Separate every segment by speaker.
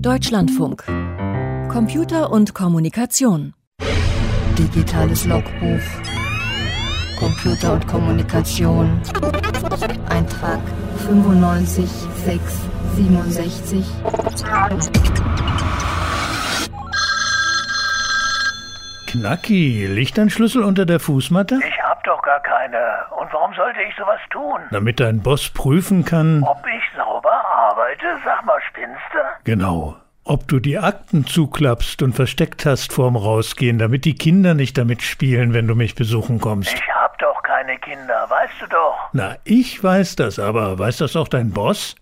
Speaker 1: Deutschlandfunk. Computer und Kommunikation.
Speaker 2: Digitales Logbuch. Computer und Kommunikation. Eintrag 95 6 67.
Speaker 3: Knacki, Lichtanschlüssel unter der Fußmatte?
Speaker 4: Ich hab doch gar keine. Und warum sollte ich sowas tun?
Speaker 3: Damit dein Boss prüfen kann,
Speaker 4: Ob ich sauber arbeite? Sag mal, spinnst du?
Speaker 3: genau, ob du die Akten zuklappst und versteckt hast vorm Rausgehen, damit die Kinder nicht damit spielen, wenn du mich besuchen kommst.
Speaker 4: Ich hab doch keine Kinder, weißt du doch.
Speaker 3: Na, ich weiß das, aber weiß das auch dein Boss?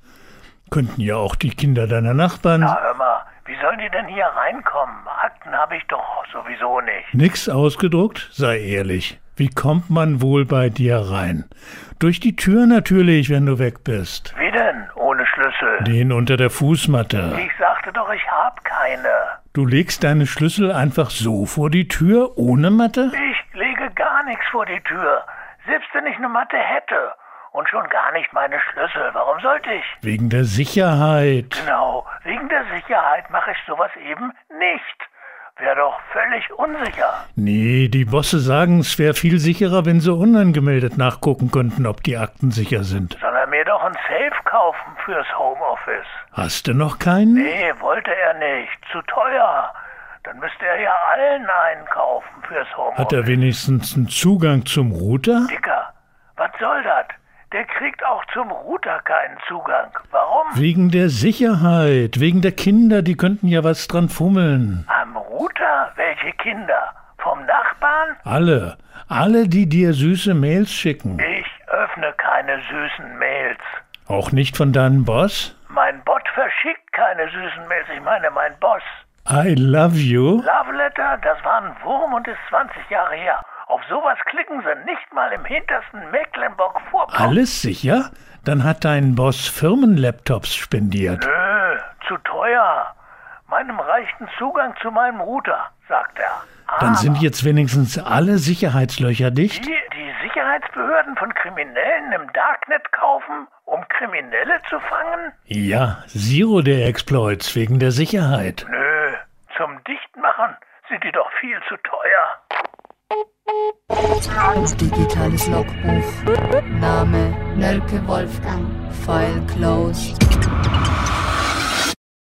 Speaker 3: Könnten ja auch die Kinder deiner Nachbarn.
Speaker 4: Na, hör mal, wie sollen die denn hier reinkommen? Akten hab ich doch sowieso nicht.
Speaker 3: Nix ausgedruckt, sei ehrlich. Wie kommt man wohl bei dir rein? Durch die Tür natürlich, wenn du weg bist.
Speaker 4: Wie denn? Ohne Schlüssel.
Speaker 3: Den unter der Fußmatte.
Speaker 4: Ich sagte doch, ich hab keine.
Speaker 3: Du legst deine Schlüssel einfach so vor die Tür, ohne Matte?
Speaker 4: Ich lege gar nichts vor die Tür. Selbst wenn ich eine Matte hätte. Und schon gar nicht meine Schlüssel. Warum sollte ich?
Speaker 3: Wegen der Sicherheit.
Speaker 4: Genau, wegen der Sicherheit mache ich sowas eben nicht. Wäre doch völlig unsicher.
Speaker 3: Nee, die Bosse sagen, es wäre viel sicherer, wenn sie unangemeldet nachgucken könnten, ob die Akten sicher sind.
Speaker 4: Soll er mir doch ein Safe kaufen fürs Homeoffice?
Speaker 3: Hast du noch keinen?
Speaker 4: Nee, wollte er nicht. Zu teuer. Dann müsste er ja allen einen kaufen fürs Homeoffice.
Speaker 3: Hat er wenigstens einen Zugang zum Router?
Speaker 4: Dicker, was soll das? Der kriegt auch zum Router keinen Zugang. Warum?
Speaker 3: Wegen der Sicherheit, wegen der Kinder, die könnten ja was dran fummeln.
Speaker 4: Am Router? Welche Kinder? Vom Nachbarn?
Speaker 3: Alle, alle, die dir süße Mails schicken.
Speaker 4: Ich öffne keine süßen Mails.
Speaker 3: Auch nicht von deinem Boss?
Speaker 4: Mein Bot verschickt keine süßen Mails. Ich meine, mein Boss.
Speaker 3: I love you.
Speaker 4: Love Letter, das war ein Wurm und ist 20 Jahre her. Auf sowas klicken sie nicht mal im hintersten Mecklenburg-Vorpommern.
Speaker 3: Alles sicher? Dann hat dein Boss Firmenlaptops spendiert.
Speaker 4: Nö, zu teuer. Meinem reichten Zugang zu meinem Router, sagt er. Ah,
Speaker 3: Dann sind jetzt wenigstens alle Sicherheitslöcher dicht?
Speaker 4: Die, die Sicherheitsbehörden von Kriminellen im Darknet kaufen, um Kriminelle zu fangen?
Speaker 3: Ja, Zero der Exploits wegen der Sicherheit.
Speaker 4: Nö, zum Dichtmachen sind die doch viel zu teuer.
Speaker 2: Digitales Logbuch. Name Nölke Wolfgang. File closed.